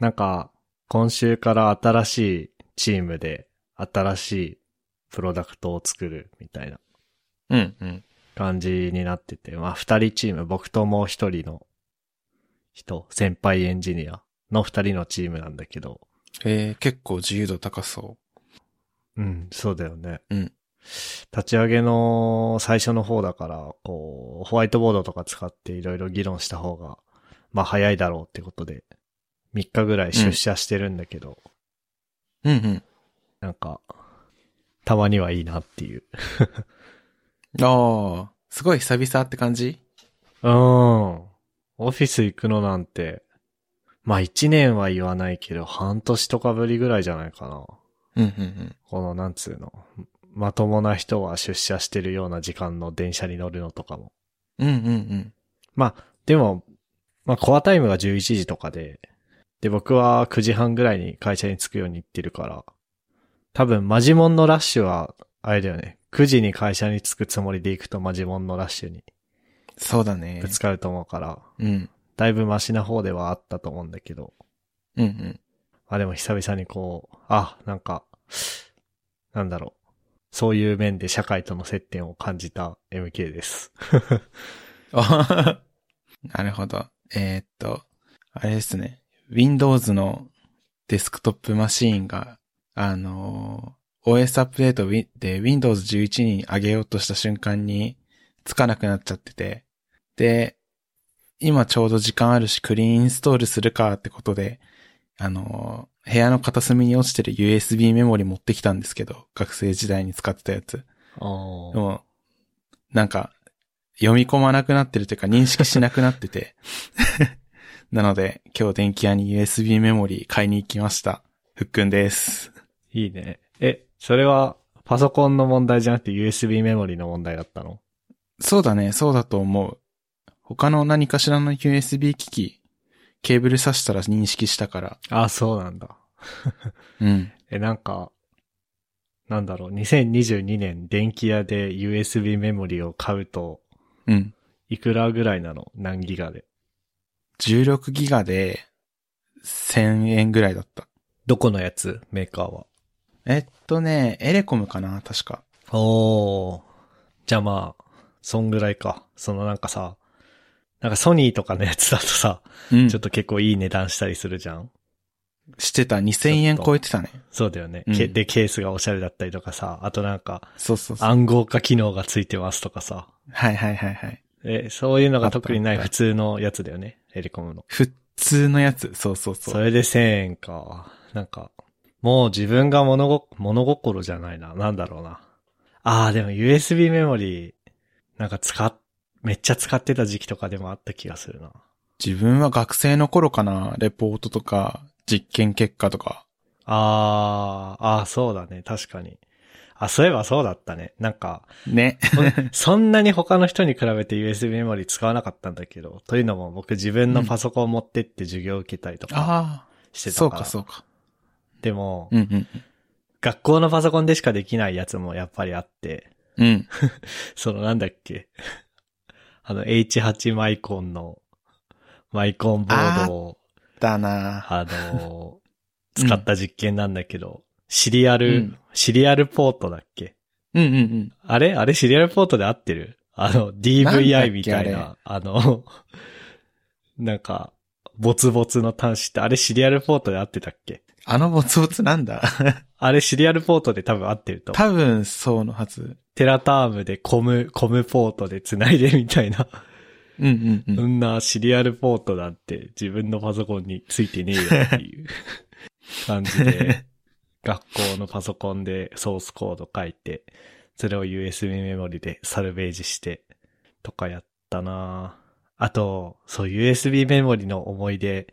なんか、今週から新しいチームで、新しいプロダクトを作るみたいなうん、うん。感じになってて、まあ、二人チーム、僕ともう一人の人、先輩エンジニアの二人のチームなんだけど、えー、結構自由度高そうん、そうだよね。うん立ち上げの最初の方だから、こう、ホワイトボードとか使っていろいろ議論した方が、まあ早いだろうってことで、3日ぐらい出社してるんだけど、う。うん、うん。なんか、たまにはいいなっていう。ああ、すごい久々って感じうん。オフィス行くのなんて、まあ1年は言わないけど、半年とかぶりぐらいじゃないかな。うん、うん、うん。この、なんつうの、まともな人は出社してるような時間の電車に乗るのとかも。うん、うん、うん。まあ、でも、まあ、コアタイムが11時とかで、で、僕は9時半ぐらいに会社に着くように行ってるから、多分、マジモンのラッシュは、あれだよね、9時に会社に着くつもりで行くとマジモンのラッシュにそうだねぶ。つかると思うから、うん、だいぶマシな方ではあったと思うんだけど、うん、うん。まあでも久々にこう、あ、なんか、なんだろう、そういう面で社会との接点を感じた MK です。あ なるほど。えーっと、あれですね。Windows のデスクトップマシーンが、あのー OS アップデートウィで Windows 11に上げようとした瞬間につかなくなっちゃってて、で、今ちょうど時間あるしクリーンインストールするかってことで、あのー部屋の片隅に落ちてる USB メモリ持ってきたんですけど、学生時代に使ってたやつ。おでも、なんか、読み込まなくなってるというか認識しなくなってて。 なので、今日電気屋に USB メモリー買いに行きました。ふっくんです。いいね。え、それは、パソコンの問題じゃなくて USB メモリの問題だったのそうだね、そうだと思う。他の何かしらの USB 機器、ケーブル挿したら認識したから。あ、そうなんだ。うん。え、なんか、なんだろう、2022年電気屋で USB メモリを買うと、うん。いくらぐらいなの何ギガで。 16ギガで、1000円ぐらいだった。どこのやつメーカーは。えっとね、エレコムかな確か。おー。じゃあまあ、そんぐらいか。そのなんかさ、なんかソニーとかのやつだとさ、うん。ちちょょっっと結構いい値段したりするじゃんとしてた。2000円超えてたね。そうだよね、うんけで、ケースがおしゃれだったりとかさ、あとなんか、そうそうそう。暗号化機能がついてますとかさ。はいはいはいはい。え、そういうのが特にないあったあ普った通のやつだよね。エリコムの。普通のやつ。そうそうそう。それで1000円か。なんか、もう自分が物ご、物心じゃないな。なんだろうな。ああ、でも USB メモリー、なんか使っ、めっちゃ使ってた時期とかでもあった気がするな。自分は学生の頃かな、レポートとか、実験結果とか。ああ、ああ、そうだね。確かに。あ、そういえばそうだったね。なん か、ね。そんなに他の人に比べて USB メモリー使わなかったんだけど、というのも僕自分のパソコンを持ってって授業を受けたりとかあしてあ。そたうから。かそうか。でも、うんうん学校のパソコンでしかできないやつもやっぱりあって、うん。うん。そのなんだっけ。 あの H8 マイコンのマイコンボードを、だなあの、うん使った実験なんだけど、シリアル、うんシリアルポートだっけうんうんうん。あれあれシリアルポートで合ってるあの、なんだっ DVI けみたいな、あの、 なんか、ボツボツの端子って、あれシリアルポートで合ってたっけあのボツボツなん だ。あれシリアルポートで多分合ってると思う。多分、そうのはず。テラタームでコム、コムポートで繋いでみたいな。うんうんそうん。んなシリアルポートなんて自分のパソコンについてねえよっていう 感じで、学校のパソコンでソースコード書いて、それを USB メモリでサルベージして、とかやったなぁあと、そう、USB メモリの思い出、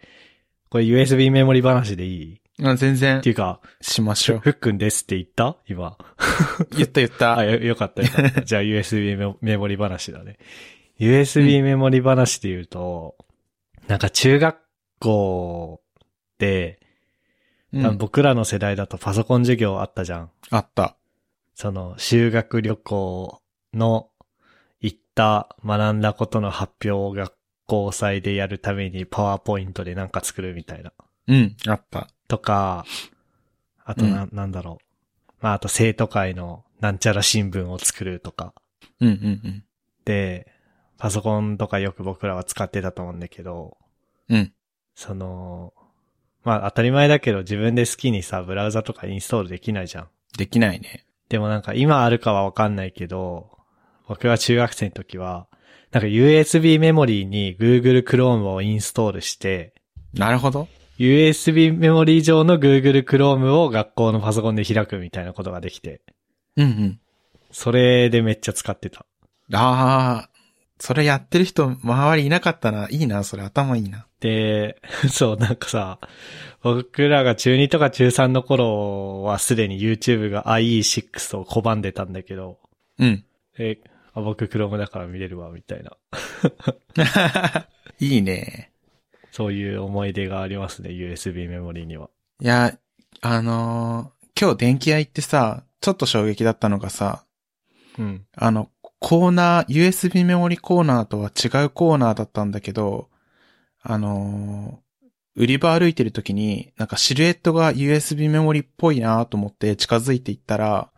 これ USB メモリ話でいいまあ全然って、いうか、しましふょう。ふっくんですって言った今。言った言 った。あ、よ、よかったよかった。じゃあ USB メモメモリ話だね。USB メモリ話で言うと、なんか中学校で、う多分ん、僕らの世代だとパソコン授業あったじゃん。あった。その修学旅行の行った学んだことの発表を学校祭でやるためにパワーポイントでなんか作るみたいな。うん、あった。とか、あとな、ん、なんだろう。まあ、あと生徒会のなんちゃら新聞を作るとか。うんうんで、パソコンとかよく僕らは使ってたと思うんだけど、うん。うん。その、まあ当たり前だけど自分で好きにさ、ブラウザとかインストールできないじゃん。できないね。でもなんか今あるかはわかんないけど、僕が中学生の時は、なんか USB メモリーに Google Chrome をインストールして、なるほど。 USB メモリー上の Google Chrome を学校のパソコンで開くみたいなことができて、うんうん。それでめっちゃ使ってた。ああ、それやってる人、周りいなかったな。いいな、それ頭いいな。で、 そう、なんかさ、僕らが中2とか中3の頃はすでに YouTube が IE6 を拒んでたんだけど、うん。え、あ僕 Chrome だから見れるわ、みたいな。 いいね。そういう思い出がありますね、USB メモリーには。いや、あのー今日電気屋行ってさ、ちょっと衝撃だったのがさ、うん。あの、コーナー、USB メモリコーナーとは違うコーナーだったんだけど、あのー売り場歩いてる時に、なんかシルエットが USB メモリっぽいなと思って近づいていったら、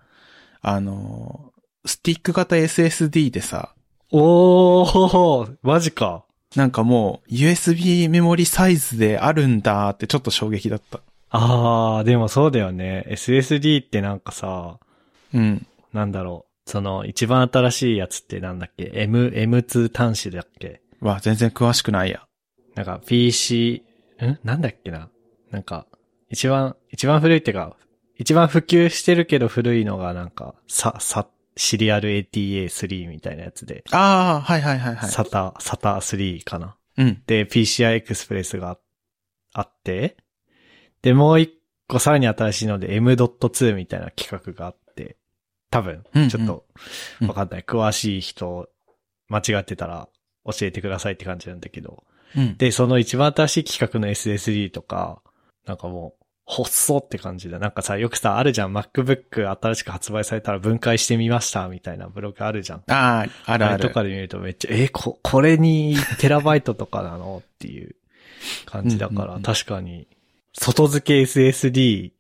あのースティック型 SSD でさ、おー、マジか。なんかもう USB メモリサイズであるんだってちょっと衝撃だった。あー、でもそうだよね。SSD ってなんかさ、うん。なんだろう。その、一番新しいやつってなんだっけ ?M、M2 端子だっけわ、全然詳しくないや。なんか PC、んなんだっけななんか、一番、一番古いってか、一番普及してるけど古いのがなんか、さ、さ、シリアル ATA3 みたいなやつで、ああ、はいはいはいはい。サタ、サタ3かな。うん。で、PCI Express があって、で、もう一個さらに新しいので M.2 みたいな企画があって、多分うんうん、ちょっとうんわかんない。詳しい人、間違ってたら教えてくださいって感じなんだけど。うん。で、その一番新しい企画の SSD とか、なんかもう、細って感じだ。なんかさ、よくさ、あるじゃん。MacBook 新しく発売されたら分解してみました、みたいなブログあるじゃん。ああ、あるれあとる。かで見るとめっちゃ、え、こ、これにテラバイトとかなのっていう感じだから、うんうんうん確かに、外付け SSD、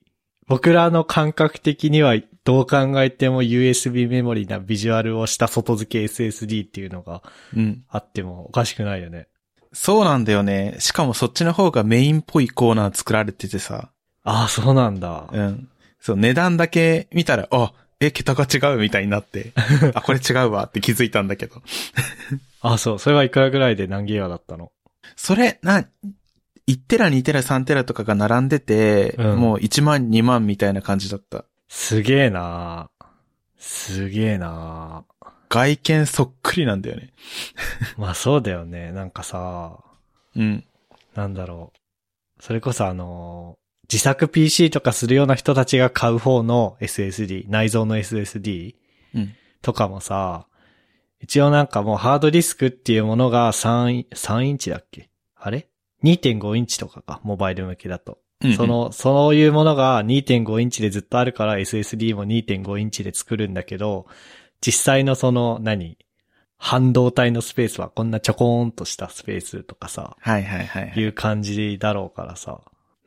僕らの感覚的にはどう考えても USB メモリーなビジュアルをした外付け SSD っていうのがうん。あってもおかしくないよね。そうなんだよね。しかもそっちの方がメインっぽいコーナー作られててさ。ああ、そうなんだ。うん。そう、値段だけ見たら、あ、え、桁が違うみたいにな って。あ、これ違うわって気づいたんだけど。あ、そう。それはいくらぐらいで何ギガだったのそれ、な、1テラ、2テラ、3テラとかが並んでて、うんもう1万、2万みたいな感じだった。すげえなーすげえなー外見そっくりなんだよね。 まあそうだよね。なんかさ、うん。なんだろう。それこそあのー自作 PC とかするような人たちが買う方の SSD、内蔵の SSD うん。とかもさ、一応なんかもうハードディスクっていうものが3、3インチだっけあれ ?2.5 インチとかか、モバイル向けだと。うんそ、の、そういうものが2.5インチでずっとあるから SSD も2.5インチで作るんだけど、実際のその、何半導体のスペースはこんなちょこーんとしたスペースとかさ、はいはいはいはいいう感じだろうからさ、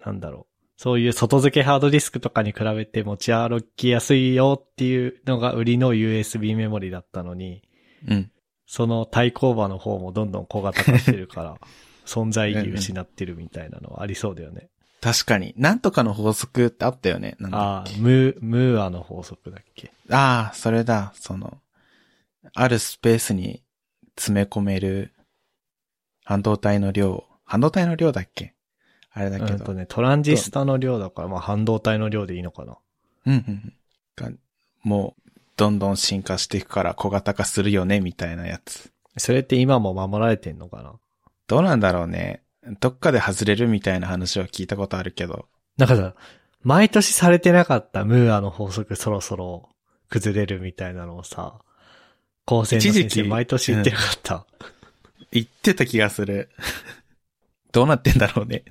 なんだろう。そういう外付けハードディスクとかに比べて持ち歩きやすいよっていうのが売りの USB メモリだったのに、うん。その対抗馬の方もどんどん小型化してるから、 存在意義失ってるみたいなのはありそうだよね。確かに。なんとかの法則ってあったよね。なんだっけああ、ムー、ムーアの法則だっけ。ああ、それだ、その、あるスペースに詰め込める半導体の量、半導体の量だっけあれだけうんど、とね、トランジスタの量だから、まあ半導体の量でいいのかな。うんうんうんがもう、どんどん進化していくから小型化するよね、みたいなやつ。それって今も守られてんのかなどうなんだろうね。どっかで外れるみたいな話は聞いたことあるけど。なんかさ、毎年されてなかったムーアの法則そろそろ崩れるみたいなのをさ、高専の先一時生期毎年言ってなかった。言ってた気がする。 どうなってんだろうね。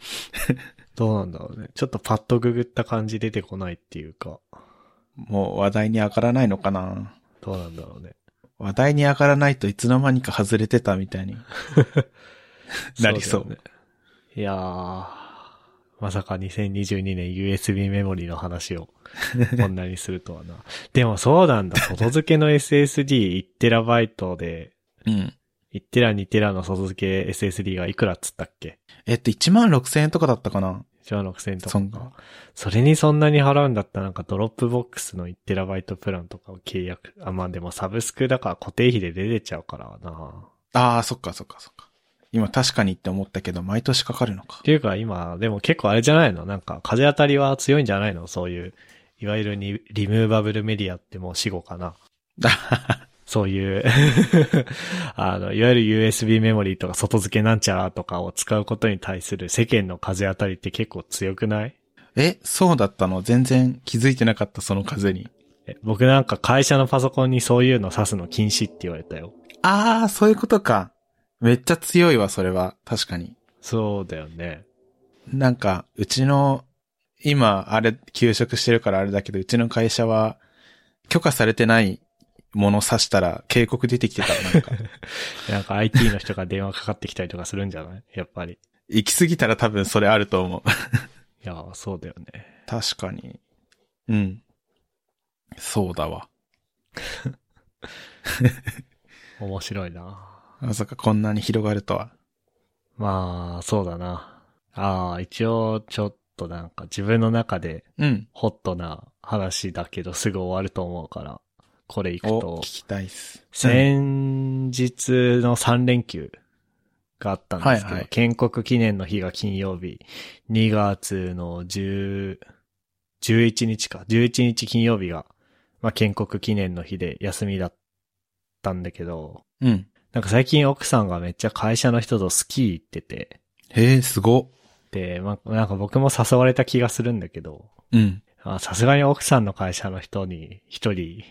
どうなんだろうね。ちょっとパッとググった感じ出てこないっていうか、もう話題に上がらないのかな。どうなんだろうね。話題に上がらないといつの間にか外れて たみたいに。なりそうだよねいやー、まさか2022年 USB メモリの話 をこんなにするとはな。でもそうなんだ。外付けの SSD1TB で、うん。 1TB2TB の外付け SSD がいくらっつったっけえっと、1万6000円とかだったかな ?1 万6000とそんかが。それにそんなに払うんだったらなんかドロップボックスの 1TB プランとかを契約。あ、まあでもサブスクだから固定費で出てちゃうからな。ああ、そっかそっかそっか。今確かにって思ったけど、毎年かかるのか っ。ていうか今、でも結構あれじゃないのなんか風当たりは強いんじゃないのそういう、いわゆるにリムーバブルメディアってもう死後かな。そういう、 あの、いわゆる USB メモリーとか外付けなんちゃらとかを使うことに対する世間の風当たりって結構強くないえ、そうだったの全然気づいてなかった、その風に。え僕なんか会社のパソコンにそういうの挿すの禁止って言われたよ。ああ、そういうことか。めっちゃ強いわ、それは。確かに。そうだよね。なんか、うちの、今、あれ、休職してるからあれだけど、うちの会社は、許可されてないもの指したら、警告出てきてた。なんか、なんか IT の人が電話かかってきたりとかするんじゃないやっぱり。い行き過ぎたら多分それあると思う。やー、そうだよね。確かに。うん。そうだわ。面白いな。まさかこんなに広がるとは。まあ、そうだな。ああ、一応、ちょっとなんか自分の中でうん。ホットな話だけどすぐ終わると思うから、これ行くお、と聞、きたいっす。うん先日の3連休があったんですけど、はいはい建国記念の日が金曜日、2月の10、11日か、11日金曜日が、まあ、建国記念の日で休みだったんだけど、うん。なんか最近奥さんがめっちゃ会社の人とスキー行ってて、へえ、すご。で、まあ、なんか僕も誘われた気がするんだけど、うん。まあさすがに奥さんの会社の人に一人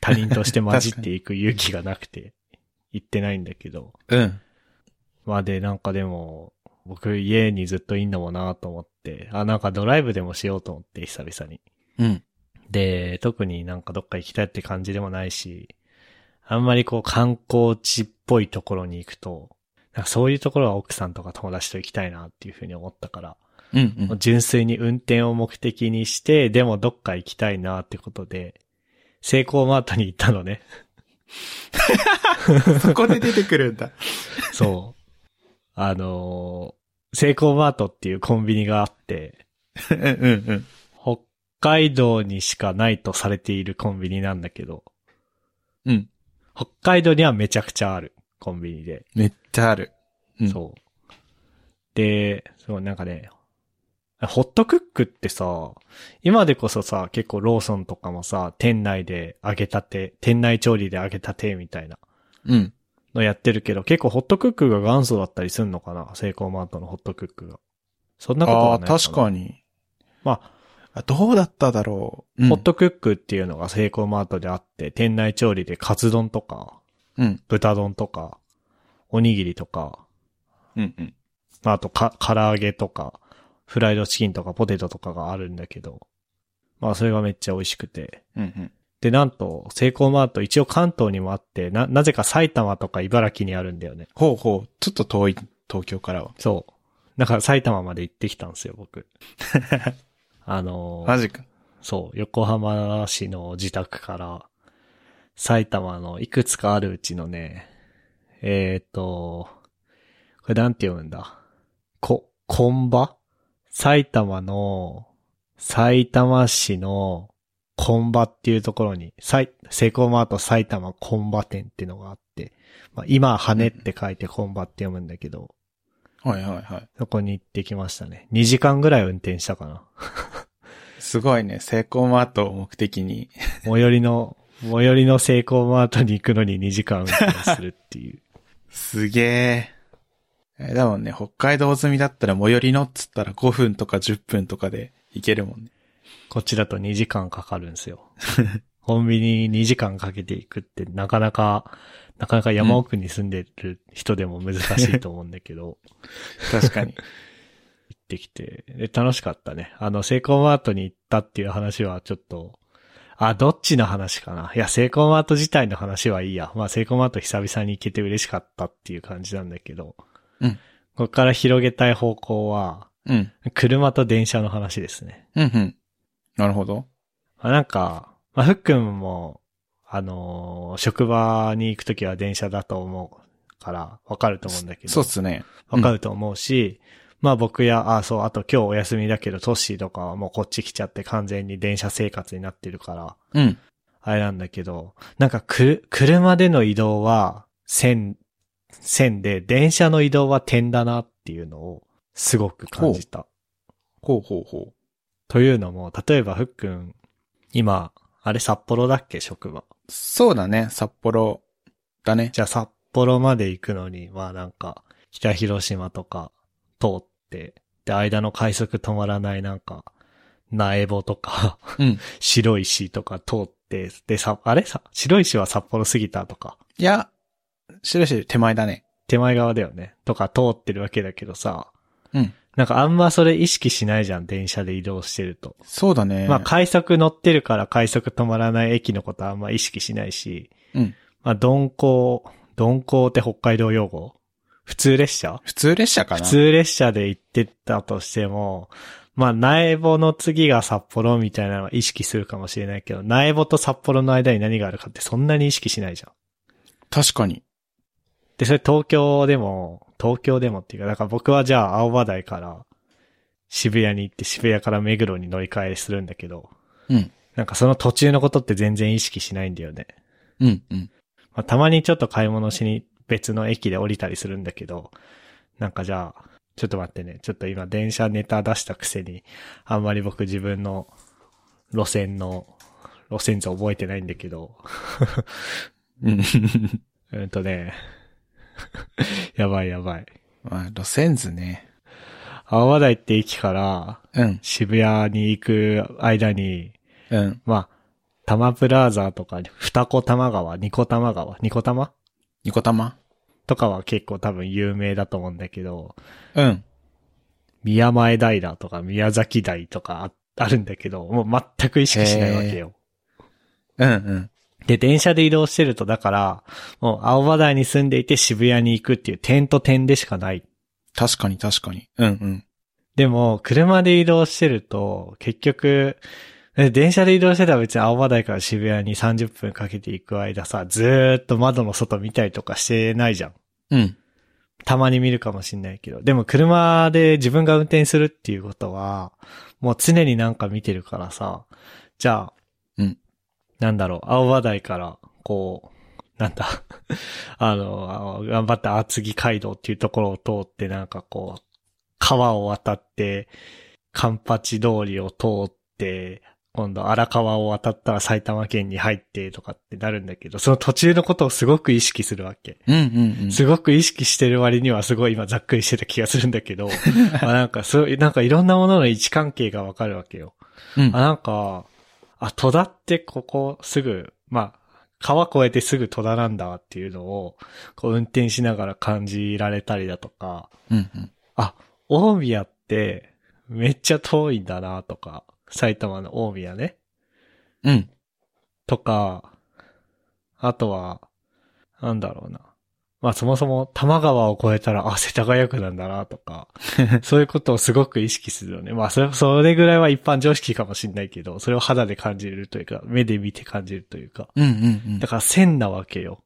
他人として混じっていく勇気がなくて行ってないんだけど、うん。まあで、なんかでも、僕家にずっといんのもなと思って、あ、なんかドライブでもしようと思って久々に。うん。で、特になんかどっか行きたいって感じでもないし、あんまりこう観光地っぽいところに行くと、なんかそういうところは奥さんとか友達と行きたいなっていうふうに思ったから、うん。う。もうん純粋に運転を目的にして、でもどっか行きたいなってことで、セイコーマートに行ったの ね。そこで出てくるんだ。そう。あのーセイコーマートっていうコンビニがあって、うんうん北海道にしかないとされているコンビニなんだけど、うん。うん。北海道にはめちゃくちゃあるコンビニで。めっちゃある。うんそう。で、そう、なんかね、ホットクックってさ、今でこそさ、結構ローソンとかもさ、店内で揚げたて、店内調理で揚げたてみたいなうん。のやってるけど、結構ホットクックが元祖だったりすんのかなセイコーマートのホットクックが。そんなことあはあないー、確かに。に。まあ、あ、どうだっただろう。うんホッ。トクックっていうのがセイコーマートであって、店内調理でカツ丼とか、うん。豚丼とか、おにぎりとか、うんうん。まあ、あとか、唐揚げとか、フライドチキンとかポテトとかがあるんだけど、まあそれがめっちゃ美味しくて。うんうん。で、なんと、セイコーマート一応関東にもあって、な、なぜか埼玉とか茨城にあるんだよね。ほうほう。ちょっと遠い、東京からは。そう。だから埼玉まで行ってきたんですよ、僕。 あのーマジか。そう、横浜市の自宅から、埼玉のいくつかあるうちのね、えっ、ー、と、これなんて読むんだこ、コンバ埼玉の、埼玉市の、コンバっていうところに、さい、セコマート埼玉コンバ店っていうのがあって、まあ、今、羽って書いてコンバって読むんだけど、はいはいはい。そこに行ってきましたね。2時間ぐらい運転したかな。すごいね。セイコーマートを目的に。最寄りの、最寄りのセイコーマートに行くのに2時間運転するっていう。 すげえ。え、だもんね、北海道済みだったら最寄りのっつったら5分とか10分とかで行けるもんね。こっちだと2時間かかるんですよ。 コンビニ2時間かけて行くってなかなか、なかなか山奥に住んでる人でも難しいと思うんだけ ど、確かに。行ってきて、で、楽しかったね。あの、セイコーマートに行ったっていう話はちょっと、あ、どっちの話かな。いや、セイコーマート自体の話はいいや。まあ、セイコーマート久々に行けて嬉しかったっていう感じなんだけど、うんここから広げたい方向は、 うん。 車と電車の話ですね。うんうん。なるほど。まあ、なんか、まあ、ふっくんも、あのー職場に行くときは電車だと思うから、わかると思うんだけど。そうっすね。わかると思うし、まあ僕や、あそう、あと今日お休みだけど、トッシーとかはもうこっち来ちゃって完全に電車生活になってるから、うん。あれなんだけど、なんかくる、車での移動は線、線で、電車の移動は点だなっていうのをすごく感じた。ほうほうほというのも、例えばふっくん、今、あれ札幌だっけ職場。う。そうだね。札幌だね。じゃあ札幌まで行くのに、まあなんか、北広島とか通って、で、間の快速止まらないなんか、苗穂とか、うん。 白石とか通って、で、さ、あれさ、白石は札幌過ぎたとか、いや、しるしる手前だね。手前側だよね、とか通ってるわけだけどさ、うん。なんかあんまそれ意識しないじゃん、電車で移動してると。そうだね。まあ快速乗ってるから快速止まらない駅のことあんま意識しないし、うん。まあ鈍行、鈍行って北海道用語普通列車普通列車か普な。通列車で行ってたとしても、まあ、苗穂の次が札幌みたいなのは意識するかもしれないけど、苗穂と札幌の間に何があるかってそんなに意識しないじゃん。確かに。で、それ東京でも、東京でもっていうか、だから僕はじゃあ青葉台から渋谷に行って渋谷から目黒に乗り換えするんだけど、うん。なんかその途中のことって全然意識しないんだよね。うん、 うん。まあ、たまにちょっと買い物しに別の駅で降りたりするんだけど、なんかじゃあ、ちょっと待ってね。ちょっと今電車ネタ出したくせに、あんまり僕自分の路線の、路線図覚えてないんだけど、うん。うんとね、 やばいやばい。まあ、路線図ね。青葉台って駅からうん、渋谷に行く間に、うん。まあ、多摩プラザとか、二子玉川、二子玉川、二子玉ニコ玉とかは結構多分有名だと思うんだけど、うん。宮前平とか宮崎台とかああるんだけど、もう全く意識しないわけよ。うん、うん。で、電車で移動してると、だから、もう青葉台に住んでいて渋谷に行くっていう点と点でしかない。確かに確かに。うん、うん。でも、車で移動してると、結局、え電車で移動してたら別に青葉台から渋谷に30分かけて行く間さ、ずーっと窓の外見たりとかしてないじゃん。うん。たまに見るかもしんないけど。でも車で自分が運転するっていうことは、もう常になんか見てるからさ、じゃあ、うんなんだろう、青葉台から、こう、なんだ、 あの、頑張った厚木街道っていうところを通って、なんかこう、川を渡って、カンパチ通りを通って、今度荒川を渡ったら埼玉県に入ってとかってなるんだけど、その途中のことをすごく意識するわけ。うん、うん、うん。すごく意識してる割にはすごい今ざっくりしてた気がするんだ けど、まあなんかそういう、なんかいろんなものの位置関係がわかるわけよ。うんあ、なんか、あ、戸田ってここすぐ、まあ、川越えてすぐ戸田なんだっていうのを、こう運転しながら感じられたりだとか、うん、うん。あ、大宮ってめっちゃ遠いんだなとか、埼玉の大宮ね。うん。とか、あとは、なんだろうな。まあそもそも多摩川を越えたら、あ、世田谷区なんだなと か、そういうことをすごく意識するよね。まあそれ、それぐらいは一般常識かもしれないけど、それを肌で感じるというか、目で見て感じるというか。うん、うん、うんだ。から線なわけよ。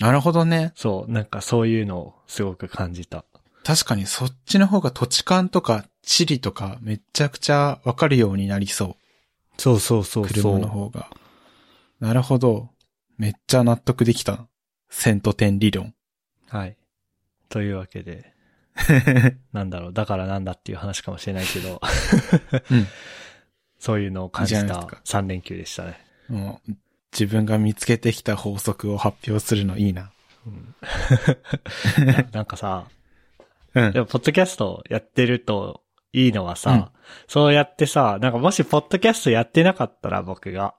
なるほどね。そう、なんかそういうのをすごく感じた。確かにそっちの方が土地勘とか地理とかめちゃくちゃわかるようになりそう。そうそうそ車の方が。なるほど。めっちゃ納得できた。線と点理論。はい。というわけ で、なんだろう、だからなんだっていう話かもしれないけど、うんそういうのを感じいいじゃなたいですか3連休でしたね。もう自分が見つけてきた法則を発表するのいいな。うん いやなんかさ、うんで。もポッドキャストやってるといいのはさ、うんそうやってさ、なんかもしポッドキャストやってなかったら僕が、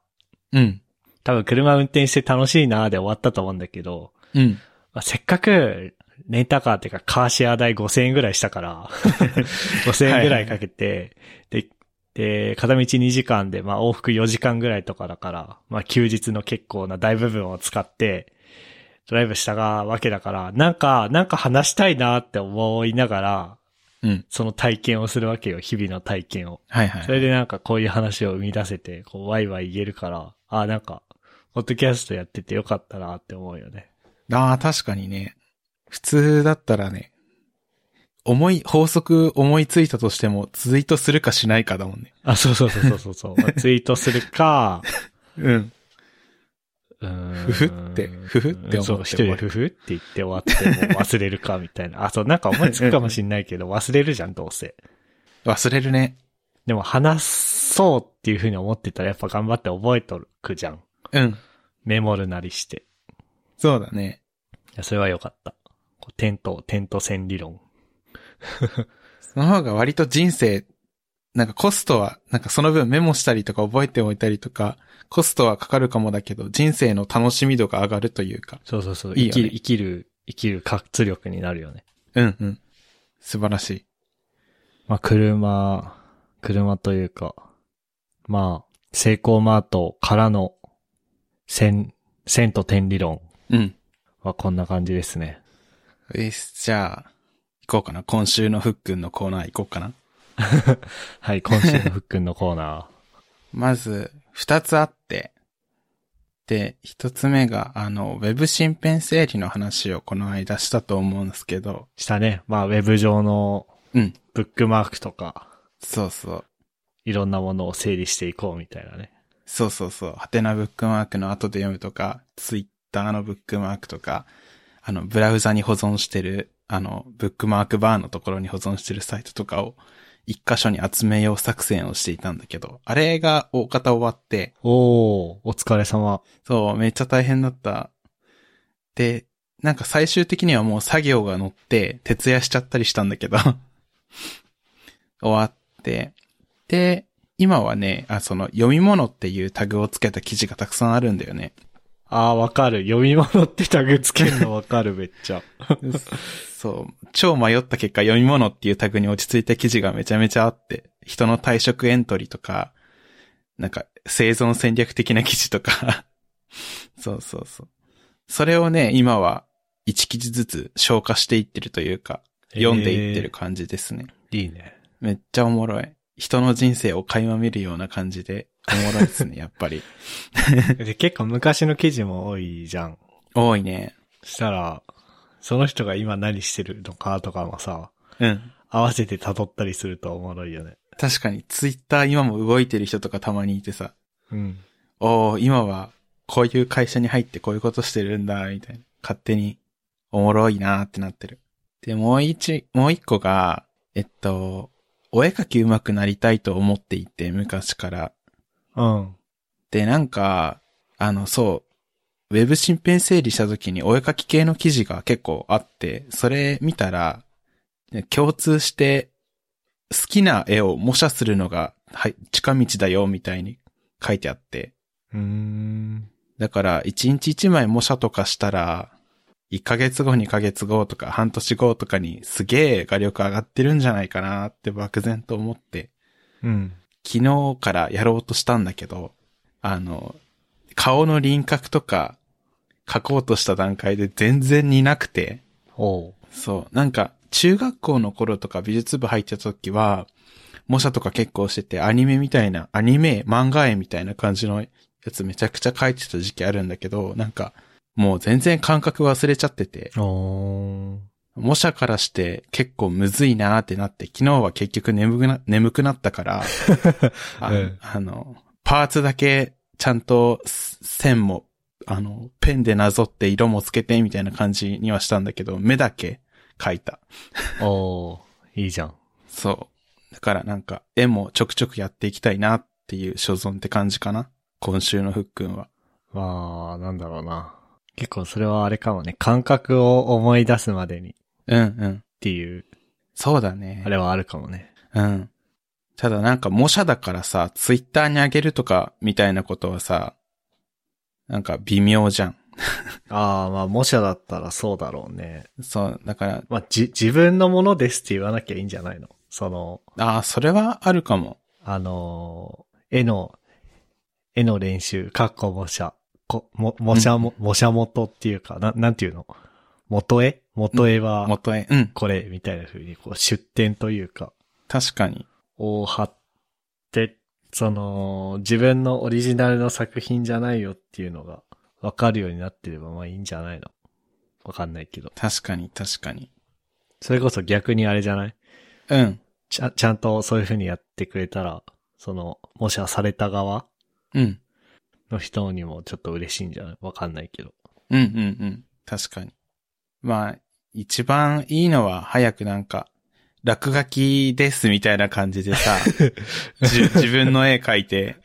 うん。多分車運転して楽しいなーで終わったと思うんだけど、うん。まあ、せっかく、レンタカーっていうかカーシェア代5000円ぐらいした から、5000円ぐらいかけて、で、で、片道2時間で、まあ往復4時間ぐらいとかだから、まあ休日の結構な大部分を使って、ドライブしたわけだから、なんか、なんか話したいなって思いながら、うん。その体験をするわけよ、日々の体験を。はいはい。それでなんかこういう話を生み出せて、こうワイワイ言えるから、ああ、なんか、ポッドキャストやっててよかったなって思うよね。ああ、確かにね。普通だったらね、思い、法則思いついたとしても、ツイートするかしないかだもんね。あ、そうそうそうそうそうそう。まあツイートする か、うん。うーんふふってふふって思ってそう、一人でふふって言って終わってもう忘れるかみたいな。あ、そう、なんか思いつくかもしんないけど、 忘れるじゃん、どうせ。忘れるね。でも話そうっていうふうに思ってたらやっぱ頑張って覚えとくじゃん。うん。メモるなりして。そうだね。いや、それは良かった。こう点と、点と線理論。その方が割と人生、なんかコストは、なんかその分メモしたりとか覚えておいたりとか、コストはかかるかもだけど、人生の楽しみ度が上がるというか。そうそうそう。いいよね生きる、生きる、生きる活力になるよね。うんうん。素晴らしい。まあ、車、車というか、まあ、セイコーマートからの線、線と点理論うん。はこんな感じですね。えー、じゃあ、行こうかな。今週のふっくんのコーナー行こうかな。はい、今週のふっくんのコーナまず、二つあって、で、一つ目が、あの、ウェブ身辺整理の話をこの間したと思うんですけど、ー。したね。 まあ、ウェブ上のうん、ブックマークとか、そうそう、いろんなものを整理していこうみたいなね。そうそうそう、ハテナブックマークの後で読むとか、ツイッターのブックマークとか、あの、ブラウザに保存してる、あの、ブックマークバーのところに保存してるサイトとかを、一箇所に集めよう作戦をしていたんだけど、あれが大方終わって、おー、お疲れ様。そう、めっちゃ大変だった。で、なんか最終的にはもう作業が乗って、徹夜しちゃったりしたんだけど、 終わって。で、今はね、あ、その、読み物っていうタグをつけた記事がたくさんあるんだよね。あー、わかる。読み物ってタグつけるのわかる、めっちゃ。 そう、超迷った結果、読み物っていうタグに落ち着いた記事がめちゃめちゃあって、人の退職エントリーとか、なんか、生存戦略的な記事とか、 そうそうそう。それをね、今は、1記事ずつ消化していってるというか、読んでいってる感じですね。えー。いいね。めっちゃおもろい。人の人生を垣間見るような感じで、おもろいですね、やっぱり。で結構昔の記事も多いじゃん。多いね。したら、その人が今何してるのかとかもさ、うん。合わせて辿ったりするとおもろいよね。確かに、ツイッター今も動いてる人とかたまにいてさ、うん。おー今はこういう会社に入ってこういうことしてるんだ、みたいな。勝手におもろいなーってなってる。で、もう一、もう一個が、えっと、お絵かき上手くなりたいと思っていて、昔から。うん。で、なんか、あの、そう、ウェブ新編整理した時にお絵かき系の記事が結構あって、それ見たら、共通して、好きな絵を模写するのが、はい、近道だよ、みたいに書いてあって。うーん。だから、1日1枚模写とかしたら、1ヶ月後、2ヶ月後とか、半年後とかにすげえ画力上がってるんじゃないかなって漠然と思って、うん。昨日からやろうとしたんだけど、あの、顔の輪郭とか書こうとした段階で全然似なくて、おう。そう、なんか中学校の頃とか美術部入ってた時は、模写とか結構しててアニメみたいな、アニメ、漫画絵みたいな感じのやつめちゃくちゃ描いてた時期あるんだけど、なんかもう全然感覚忘れちゃってて、おー。模写からして結構むずいなーってなって、昨日は結局眠くな、眠くなっ たから、あうんあの、パーツだけちゃんと線も、あの、ペンでなぞって色もつけてみたいな感じにはしたんだけど、目だけ描いた。おー。いいじゃん。そう。だからなんか、絵もちょくちょくやっていきたいなっていう所存って感じかな。今週のふっくんは。まあ、なんだろうな。結構それはあれかもね。感覚を思い出すまでにっうんうん。ていう、そうだね。あれはあるかもね。うん。ただなんか模写だからさ、ツイッターにあげるとかみたいなことはさ、なんか微妙じゃん。ああ、まあ、模写だったらそうだろうね。そう、だから、まあ、じ、自分のものですって言わなきゃいいんじゃないのその、ああ、それはあるかも。あのー絵の、絵の練習、かっこ模写、こ、も、模写も、模写元っていうか、な、なんていうの元絵元絵は、元へ。うん。これ、みたいな風に、こう、出典というか、確かに。を貼って、その、自分のオリジナルの作品じゃないよっていうのが、わかるようになってれば、まあいいんじゃないのわかんないけど。確かに、確かに。それこそ逆にあれじゃないうん。ちゃ、ちゃんとそういう風にやってくれたら、その、もしはされた側うん。の人にもちょっと嬉しいんじゃないわかんないけど。うん、うん、うん。確かに。まあ、一番いいのは早くなんか、落書きですみたいな感じでさ、 じ自分の絵描いて、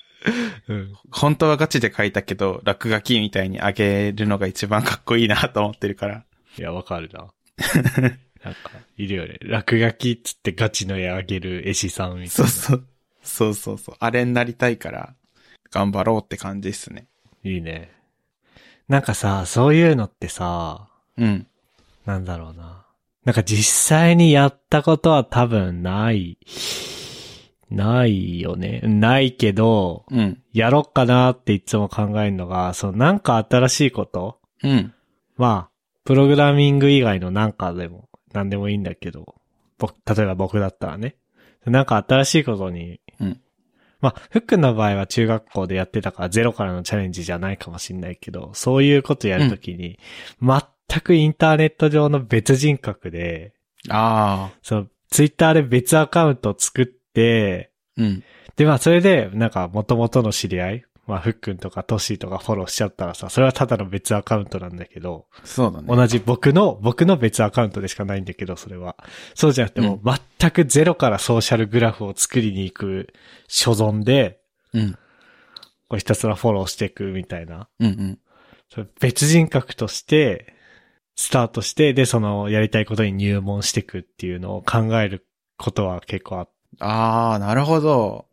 うん。本当はガチで描いたけど、落書きみたいにあげるのが一番かっこいいなと思ってるから。いや、わかる な。なんか、いるよね。落書きっつってガチの絵あげる絵師さんみたいな。そうそう。そうそうそう。あれになりたいから、頑張ろうって感じですね。いいね。なんかさ、そういうのってさ、うん。なんだろうな。なんか実際にやったことは多分ない、ないよね。ないけど、うん。やろっかなっていつも考えるのが、そのなんか新しいことうん。まあ、プログラミング以外のなんかでも、なんでもいいんだけど、僕、例えば僕だったらね。なんか新しいことに、うんまあ、ふっくんの場合は中学校でやってたからゼロからのチャレンジじゃないかもしんないけど、そういうことやるときに、全くインターネット上の別人格で、ああ。その、ツイッターで別アカウントを作って、うん。で、まあ、それで、なんか、元々の知り合い、まあ、ふっくんとかトッシーとかフォローしちゃったらさ、それはただの別アカウントなんだけど、そうだね。同じ僕の、僕の別アカウントでしかないんだけど、それは。そうじゃなくても、全くゼロからソーシャルグラフを作りに行く所存で、うん。こうひたすらフォローしていくみたいな。うんうん。それ別人格として、スタートして、で、その、やりたいことに入門していくっていうのを考えることは結構あっああ、なるほど。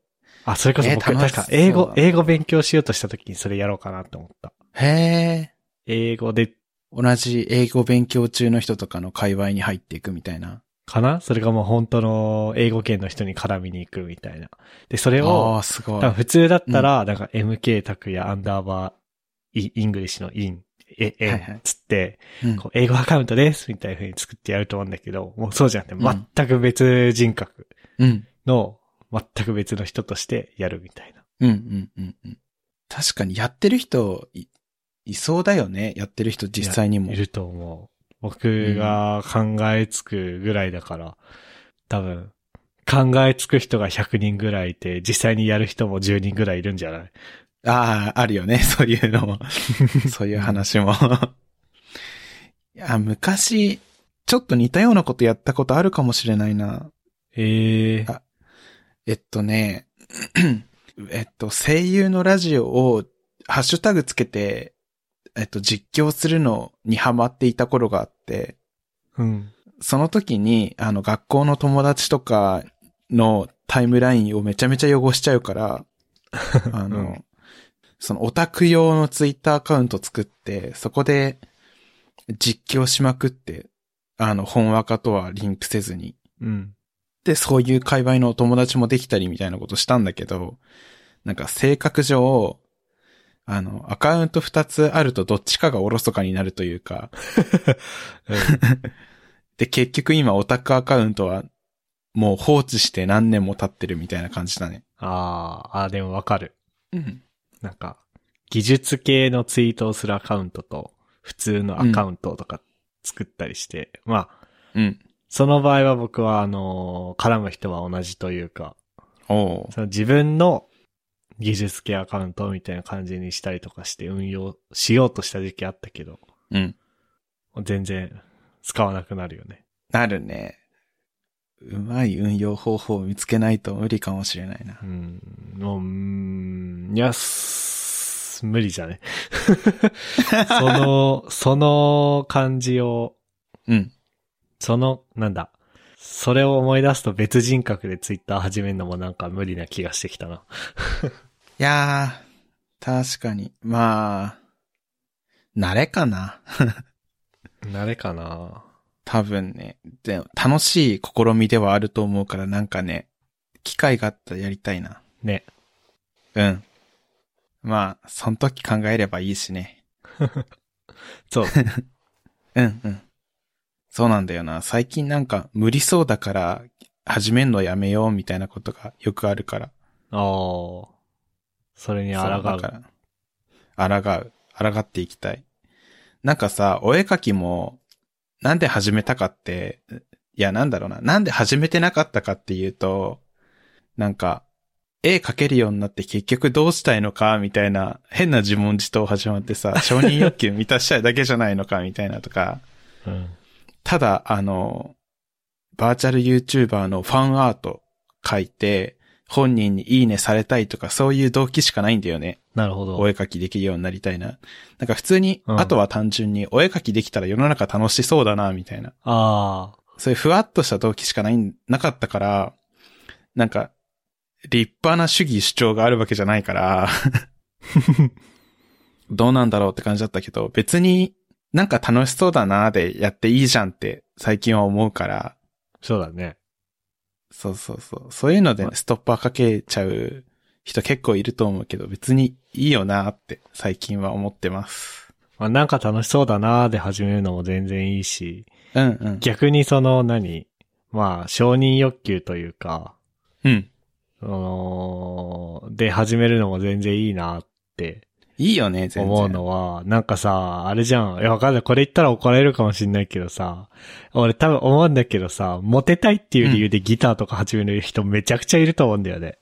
あ、それこそえー僕、楽し確そうか英語、英語勉強しようとした時にそれやろうかなって思った。へえ。英語で、同じ英語勉強中の人とかの界隈に入っていくみたいな。かなそれがもう本当の英語圏の人に絡みに行くみたいな。で、それをあ、あ、すごい多分。普通だったら、なんか MK 拓也アンダーバーイ、イングリッシュのイン、え、はいえはい、つって、うんこう英語アカウントですみたいな風に作ってやると思うんだけど、もうそうじゃなくうんて、全く別人格うん。の、全く別の人としてやるみたいな。うんうんうんうん。確かにやってる人い、いそうだよね。やってる人実際にもい。ると思う。僕が考えつくぐらいだから、多分、考えつく人が100人ぐらいいて、実際にやる人も10人ぐらいいるんじゃないああ、あるよね。 そういう のも。そういう話も。いや、昔、ちょっと似たようなことやったことあるかもしれないな。ええあえっとね、 えっと、声優のラジオをハッシュタグつけて、えっと、実況するのにハマっていた頃があって、うん。その時に、あの、学校の友達とかのタイムラインをめちゃめちゃ汚しちゃ うから、あの、うんそのオタク用のツイッターアカウント作って、そこで実況しまくって、あの、本若とはリンクせずにうん。で、そういう界隈のお友達もできたりみたいなことしたんだけど、なんか性格上、あの、アカウント二つあるとどっちかがおろそかになるというか、 で、結局今オタクアカウントはもう放置して何年も経ってるみたいな感じだね。ああ、あーでもわかる。うん。なんか、技術系のツイートをするアカウントと、普通のアカウントとか作ったりして、まあ、うん。その場合は僕は、あのー絡む人は同じというか、おうその自分の技術系アカウントみたいな感じにしたりとかして運用しようとした時期あったけど、うん。全然使わなくなるよね。なるね。うまい運用方法を見つけないと無理かもしれないなう。ん、もう、うーん、いや、す無理じゃね。 その、その感じを、うん。その、なんだ。それを思い出すと別人格でツイッター始めるのもなんか無理な気がしてきたな。いやー、確かに。まあ、慣れかな。慣れかな多分ね、でも楽しい試みではあると思うからなんかね、機会があったらやりたいな。ね。うん。まあ、その時考えればいいしね。 そう。うんうん。そうなんだよな。最近なんか無理そうだから始めんのやめようみたいなことがよくあるから。ああ。それに抗そうだう。から。抗う。抗っていきたい。なんかさ、お絵描きも、なんで始めたかって、いや、なんだろうな。なんで始めてなかったかっていうと、なんか、絵描けるようになって結局どうしたいのかみたいな変な自問自答始まってさ、承認欲求満たしたいだけじゃないのかみたいなとか、うん。ただ、あの、バーチャル YouTuber のファンアート書いて、本人にいいねされたいとか、そういう動機しかないんだよね。なるほど。お絵描きできるようになりたいな。なんか普通に、うんあとは単純にお絵描きできたら世の中楽しそうだな、みたいな。あそういうふわっとした動機しかないん、なかったから、なんか、立派な主義主張があるわけじゃな いから、どうなんだろうって感じだったけど、別になんか楽しそうだなでやっていいじゃんって最近は思うから、あ。そうだね。そうそうそう。そういうのでねはストッパーかけちゃう人結構いると思うけど、別にいいよなって最近は思ってます。まあ、なんか楽しそうだなーで始めるのも全然いいし、うんうん。逆にその何、まあ、承認欲求というか、うん。その、で始めるのも全然いいなっていいよね、全然。思うのは、なんかさ、あれじゃん。いや、わかんない。これ言ったら怒られるかもしんないけどさ、俺多分思うんだけどさ、モテたいっていう理由でギターとか始める人めちゃくちゃいると思うんだよね。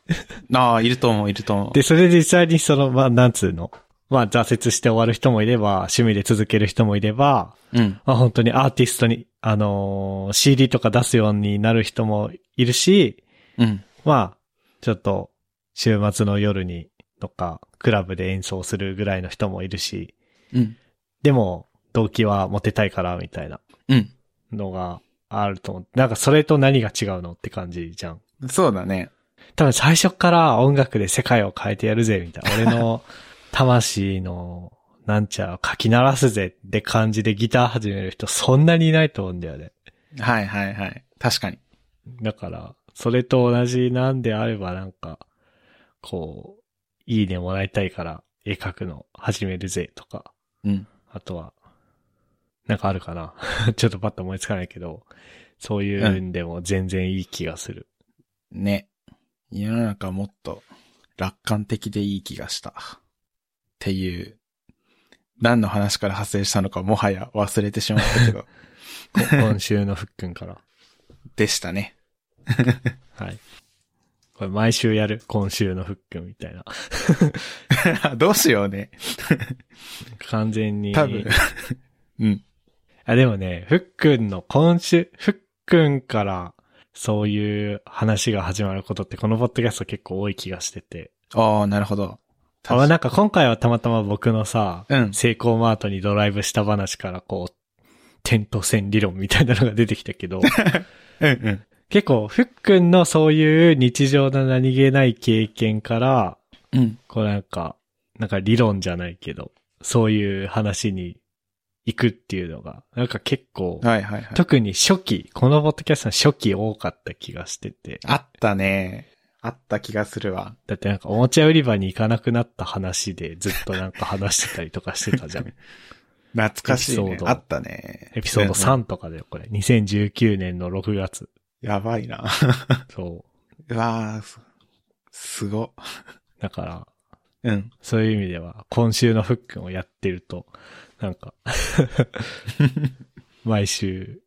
ああ、いると思う、いると思う。で、それで実際にその、まあ、なんつうの。まあ、挫折して終わる人もいれば、趣味で続ける人もいれば、うん。まあ、本当にアーティストに、あのー CD とか出すようになる人もいるし、うん。まあ、ちょっと、週末の夜に、とか、クラブで演奏するぐらいの人もいるし、うん。でも、動機はモテたいから、みたいなうん。のがあると思う。なんか、それと何が違うのって感じじゃん。そうだね。多分最初から音楽で世界を変えてやるぜ、みたいな。俺の魂の、なんちゃらをかき鳴らすぜって感じでギター始める人そんなにいないと思うんだよね。はいはいはい。確かに。だから、それと同じなんであればなんか、こう、いいねもらいたいから絵描くの始めるぜとか、うん。あとは、なんかあるかな ちょっとパッと思いつかないけど、そういうんでも全然いい気がす る。ね。世の中もっと楽観的でいい気がした。っていう。何の話から発生したのかもはや忘れてしまった けど。こ今週のふっくんから。でしたね。 はい。これ毎週やる今週のフックンみたいな。どうしようね。完全に。多分。うん。あ、でもね、フックンの今週、フックンからそういう話が始まることってこのポッドキャスト結構多い気がしてて。ああ、なるほど。あまあなんか今回はたまたま僕のさ、うん。セイコーマートにドライブした話からこう、点と線理論みたいなのが出てきたけど、 うんうん。結構フックンのそういう日常の何気ない経験から、うん。こうなんか、なんか理論じゃないけど、そういう話に行くっていうのが、なんか結構、はいはいはい。特に初期、このポッドキャストの初期多かった気がしてて、あったね。あった気がするわ。だってなんかおもちゃ売り場に行かなくなった話でずっとなんか話してたりとかしてたじゃ ん。懐かしいエピソーね。ドあったね。エピソードうんうん。 3とかだよ、これ。2019年の6月。やばいな。 そう。うわーすすご。だから、うん。そういう意味では、今週のフックンをやってると、なんか、毎週、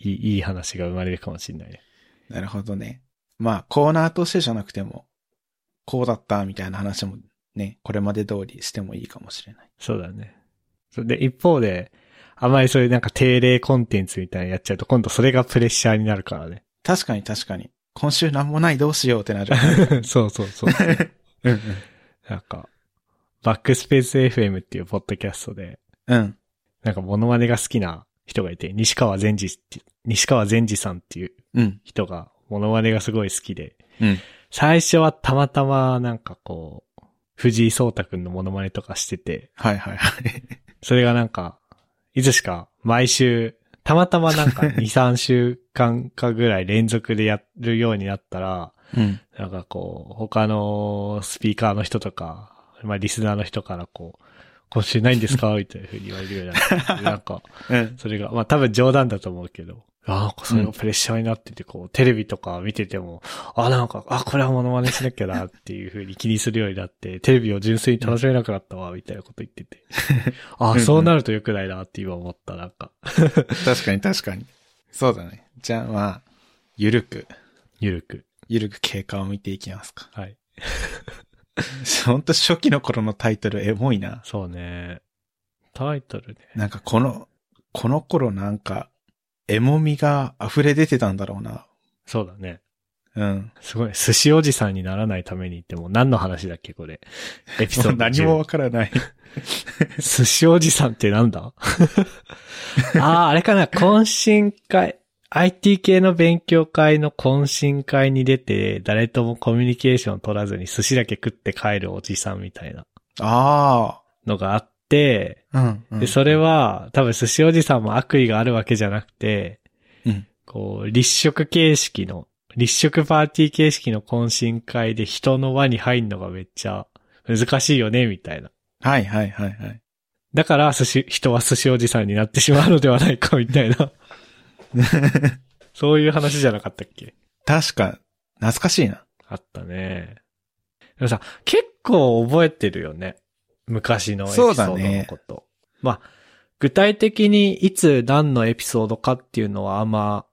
いい、いい話が生まれるかもしれないね。なるほどね。まあ、コーナーとしてじゃなくても、こうだったみたいな話もね、これまで通りしてもいいかもしれない。そうだね。そうで、一方で、あまりそういうなんか定例コンテンツみたいなのやっちゃうと、今度それがプレッシャーになるからね。確かに確かに。今週なんもないどうしようってなる。そうそう そう。うんなんか、バックスペース FM っていうポッドキャストで、うん。うん。なんかモノマネが好きな人がいて、西川善治って、西川善治さんっていううん。人がモノマネがすごい好きで、うん最初はたまたまなんかこう、藤井聡太くんのモノマネとかしてて、はいはいはい。それがなんか、いつしか毎週、たまたまなんか2、3週間かぐらい連続でやるようになったら、うん。なんかこう、他のスピーカーの人とか、まあリスナーの人からこう、今週ないんですかみたいな風に言われるようになって、なんか、うん。それが、まあ多分冗談だと思うけど、ああ、それがプレッシャーになってて、こう、テレビとか見てても、あなんか、あこれはモノマネしなきゃなっていう風に気にするようになって、テレビを純粋に楽しめなくなったわ、みたいなこと言って て。あうんうあ、んそうなると良くないなって今思った、なんか、確かに確かに。そうだね。じゃあまあ、ゆるく、ゆるく。ゆるく経過を見ていきますか。はい。ほんと初期の頃のタイトルエモいな。そうね。タイトルね。なんかこの、この頃なんか、エモみが溢れ出てたんだろうな。そうだね。うん。すごい。寿司おじさんにならないためにってもう何の話だっけこれ。エピソーもドう10。何もわからない。寿司おじさんってなんだああ、あれかな懇親会。IT 系の勉強会の懇親会に出て、誰ともコミュニケーション取らずに寿司だけ食って帰るおじさんみたいな あのがあって、あ。うん、うんで、それ、は、多分寿司おじさんも悪意があるわけじゃなくて、うんこう、立食形式の、立食パーティー形式の懇親会で人の輪に入るのがめっちゃ難しいよね、みたいな。はいはいはいはい。だから、寿司、人は寿司おじさんになってしまうのではないか、みたい な。そういう話じゃなかったっけ確か、懐かしいな。あったね。でもさ、結構覚えてるよね。昔のエピソードそうだのねこと。まあ、具体的にいつ何のエピソードかっていうのはあんま、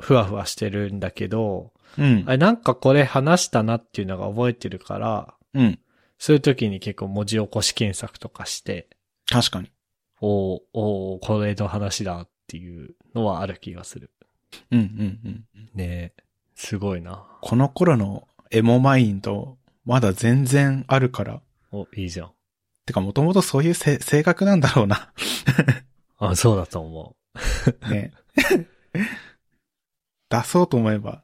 ふわふわしてるんだけど、うんあ。れなんかこれ話したなっていうのが覚えてるから、うん。そういう時に結構文字起こし検索とかして、確かに。おーおーこれの話だっていうのはある気がする。うんうんうん。ねえ。すごいな。この頃のエモマインド、まだ全然あるから。お、いいじゃん。てか、もともとそういうせ性格なんだろう な。あ、そうだと思ね。出そうと思えば、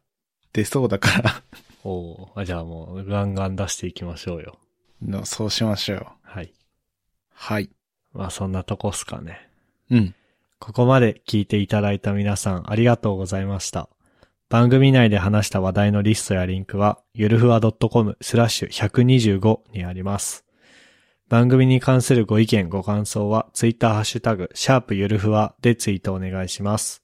出そうだから う。おーあじゃあもう、ガンガン出していきましょうよ。の、そうしましょう。はい。はい。まあそんなとこっすかね。うん。ここまで聞いていただいた皆さんありがとうございました。番組内で話した話題のリストやリンクは、ゆるふわ .com スラッシュ125にあります。番組に関するご意見、ご感想は、ツイッターハッシュタグ、シャープゆるふわでツイートお願いします。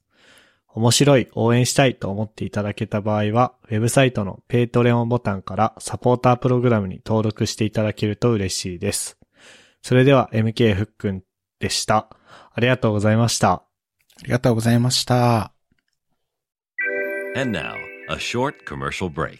面白い、応援したいと思っていただけた場合は、ウェブサイトのペイトレオンボタンからサポータープログラムに登録していただけると嬉しいです。それでは MK ふっくんでした。ありがとうございました。ありがとうございました。 And now, a short commercial break.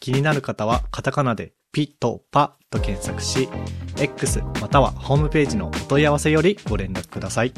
気になる方はカタカナでピトパと検索し X またはホームページのお問い合わせよりご連絡ください。